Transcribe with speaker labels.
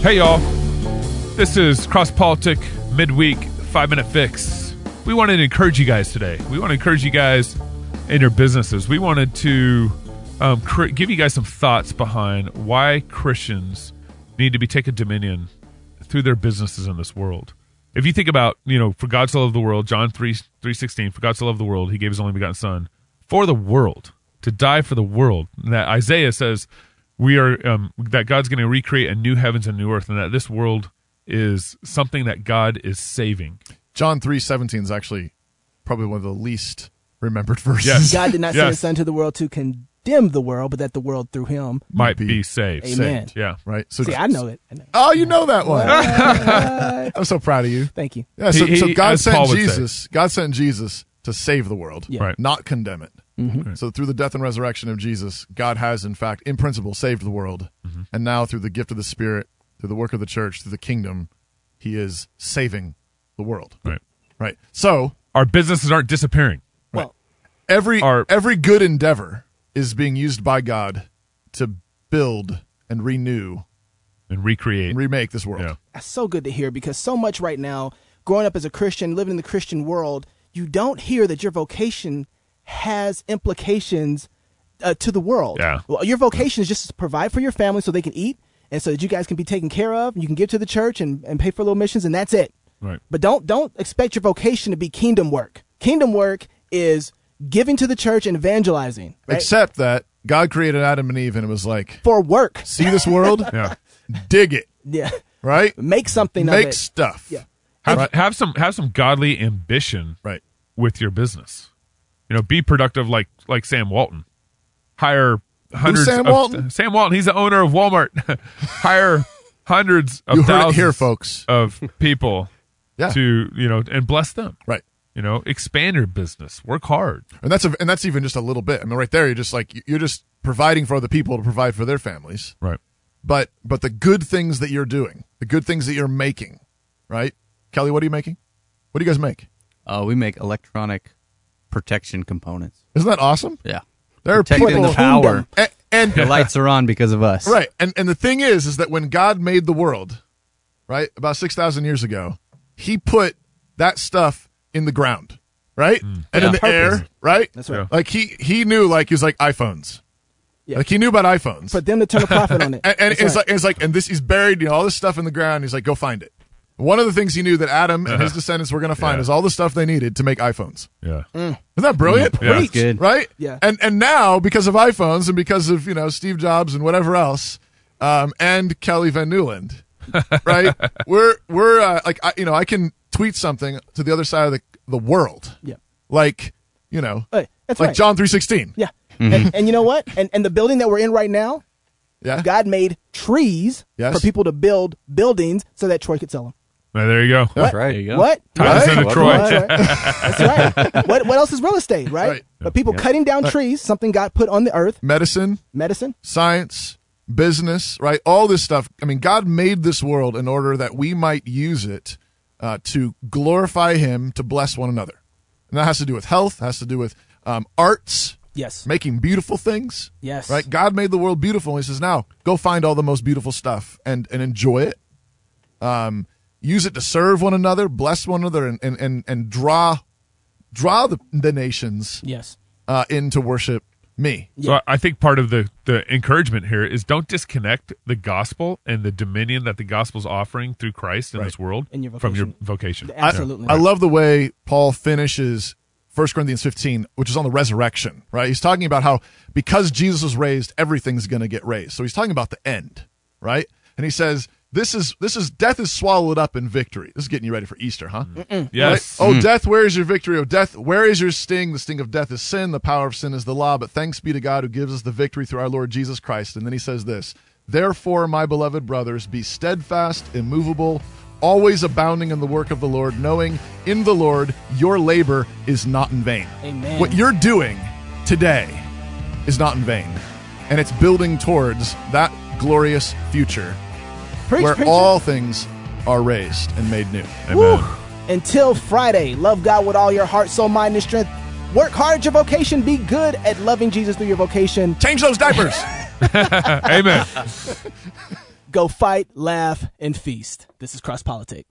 Speaker 1: Hey, y'all. This is Cross Politic Midweek Five Minute Fix. We wanted to encourage you guys today. We want to encourage you guys in your businesses. We wanted to um, cr- give you guys some thoughts behind why Christians need to be taking dominion through their businesses in this world. If you think about, you know, for God so loved the world, John 3, 3.16, for God so loved the world, he gave his only begotten son for the world, to die for the world. And that Isaiah says we are, um, that God's going to recreate a new heavens and new earth and that this world is something that God is saving.
Speaker 2: John three seventeen is actually probably one of the least remembered verses.
Speaker 1: Yes.
Speaker 3: God did not send his
Speaker 1: Yes.
Speaker 3: son to the world to condemn the world, but that the world through him.
Speaker 1: Might
Speaker 2: Be
Speaker 1: be saved.
Speaker 3: Amen.
Speaker 1: Yeah.
Speaker 2: Right. So
Speaker 3: See, I know it. I know.
Speaker 2: Oh, you know that one. I'm so proud of you.
Speaker 3: Thank you.
Speaker 2: Yeah. So,
Speaker 1: He- he-
Speaker 2: so God
Speaker 1: as
Speaker 2: sent
Speaker 1: Paul would say.
Speaker 2: Jesus. God sent Jesus to save the world,
Speaker 3: Yeah. Mm-hmm.
Speaker 1: Right.
Speaker 2: not condemn it. So through the death and resurrection of Jesus, God has in fact, in principle, saved the world,
Speaker 1: Mm-hmm.
Speaker 2: and now through the gift of the Spirit, through the work of the church, through the kingdom, He is saving the world.
Speaker 1: Right.
Speaker 2: Right. So
Speaker 1: Our businesses aren't disappearing.
Speaker 3: Well,
Speaker 2: every
Speaker 1: Our-
Speaker 2: every good endeavor is being used by God to build and renew
Speaker 1: and recreate.
Speaker 2: and remake this world.
Speaker 1: Yeah.
Speaker 3: that's so good to hear because so much right now, growing up as a Christian, living in the Christian world, you don't hear that your vocation has implications uh, to the world.
Speaker 1: Yeah.
Speaker 3: Well, your vocation is just to provide for your family so they can eat and so that you guys can be taken care of. and You can give to the church and, and pay for little missions, and that's it.
Speaker 1: Right.
Speaker 3: But don't don't expect your vocation to be kingdom work. Kingdom work is giving to the church and evangelizing right?
Speaker 2: Except that God created Adam and Eve and it was like,
Speaker 3: for work.
Speaker 2: see this world?
Speaker 1: Yeah.
Speaker 2: Dig it,
Speaker 3: Yeah.
Speaker 2: right?
Speaker 3: Make something of
Speaker 2: Make
Speaker 3: it.
Speaker 2: stuff.
Speaker 3: Yeah.
Speaker 1: Have,
Speaker 2: Right.
Speaker 1: have some have some godly ambition
Speaker 2: Right.
Speaker 1: with your business. You know, be productive like like Sam Walton. Hire hundreds
Speaker 2: Sam
Speaker 1: of
Speaker 2: Walton?
Speaker 1: Sam Walton, he's the owner of Walmart. Hire hundreds of
Speaker 2: You heard it
Speaker 1: thousands
Speaker 2: here, folks.
Speaker 1: of people
Speaker 2: Yeah.
Speaker 1: to, you know, and bless them.
Speaker 2: Right.
Speaker 1: You know, expand your business. Work hard.
Speaker 2: And that's a, and that's even just a little bit. I mean, right there, you're just like you're just providing for other people to provide for their families.
Speaker 1: Right.
Speaker 2: But but the good things that you're doing, the good things that you're making, right? Kelly, what are you making? What do you guys make?
Speaker 4: Uh, we make electronic protection components.
Speaker 2: Isn't that awesome?
Speaker 4: Yeah.
Speaker 2: There are
Speaker 4: Protecting
Speaker 2: people
Speaker 4: the power.
Speaker 2: and, and
Speaker 4: The lights are on because of us.
Speaker 2: Right. And and the thing is is that when God made the world, right? About 6,000 years ago, he put that stuff in the ground, right? And in the
Speaker 3: Purpose.
Speaker 2: air, right?
Speaker 3: That's right.
Speaker 1: Yeah.
Speaker 2: Like he he knew like he was like iPhones.
Speaker 3: Yeah.
Speaker 2: Like he knew about iPhones.
Speaker 3: For them to turn a profit on it.
Speaker 2: and, and
Speaker 3: That's
Speaker 2: it's
Speaker 3: right.
Speaker 2: like it's like and this he's buried, you know, all this stuff in the ground. He's like go find it. One of the things he knew that Adam and his descendants were going to find
Speaker 1: Yeah.
Speaker 2: is all the stuff they needed to make iPhones.
Speaker 1: Yeah.
Speaker 2: Hmm. Isn't that brilliant?
Speaker 1: Yeah.
Speaker 4: That's good.
Speaker 2: right?
Speaker 3: Yeah.
Speaker 2: And and now because of iPhones and because of you know Steve Jobs and whatever else, um, and Kelly Van Newland, right? we're we're uh, like I, you know I can tweet something to the other side of the the world.
Speaker 3: Yeah.
Speaker 2: Like you know,
Speaker 3: Hey, that's
Speaker 2: like
Speaker 3: right.
Speaker 2: John three sixteen.
Speaker 3: Yeah.
Speaker 2: Mm-hmm.
Speaker 3: And, and you know what? And, and the building that we're in right now,
Speaker 2: Yeah.
Speaker 3: God made trees
Speaker 2: Yes.
Speaker 3: for people to build buildings so that Troy could sell them.
Speaker 1: Well, there you go.
Speaker 4: That's right. There you go.
Speaker 3: What?
Speaker 1: Time to
Speaker 2: Right.
Speaker 1: send to Troy.
Speaker 3: That's right. That's right. What, what else is real estate, right?
Speaker 2: Right.
Speaker 3: But people cutting down trees, something God put on the earth,
Speaker 2: Medicine,
Speaker 3: medicine.
Speaker 2: science, business, right? All this stuff. I mean, God made this world in order that we might use it uh, to glorify Him, to bless one another. And that has to do with health, has to do with um, arts,
Speaker 3: Yes.
Speaker 2: making beautiful things.
Speaker 3: Yes.
Speaker 2: Right? God made the world beautiful. And he says, now go find all the most beautiful stuff and, and enjoy it. Um, use it to serve one another, bless one another, and, and, and, and draw draw the, the nations
Speaker 3: Yes.
Speaker 2: uh, in to worship me.
Speaker 1: So I think part of the, the encouragement here is don't disconnect the gospel and the dominion that the gospel's offering through Christ in this world
Speaker 3: And your
Speaker 1: from your
Speaker 3: vocation.
Speaker 1: vocation.
Speaker 2: I-
Speaker 3: Absolutely.
Speaker 2: I, love the way Paul finishes 1 Corinthians 15, which is on the resurrection, right? He's talking about how because Jesus was raised, everything's going to get raised. So he's talking about the end, right? And he says, this is this is death is swallowed up in victory. This is getting you ready for Easter, huh?
Speaker 1: Yes. Mm.
Speaker 2: Right? Oh, death, where is your victory? Oh, death, where is your sting? The sting of death is sin. The power of sin is the law. But thanks be to God who gives us the victory through our Lord Jesus Christ. And then he says this Therefore, my beloved brothers, be steadfast, immovable, always abounding in the work of the Lord, knowing in the Lord your labor is not in vain.
Speaker 3: Amen.
Speaker 2: What you're doing today is not in vain. And it's building towards that glorious future
Speaker 3: Preach,
Speaker 2: where
Speaker 3: preach.
Speaker 2: all things are raised and made new.
Speaker 1: Amen.
Speaker 3: Until Friday, love God with all your heart, soul, mind, and strength. Work hard at your vocation. Be good at loving Jesus through your vocation.
Speaker 2: Change those diapers!
Speaker 1: Amen.
Speaker 3: go fight, laugh, and feast. This is Cross Politic.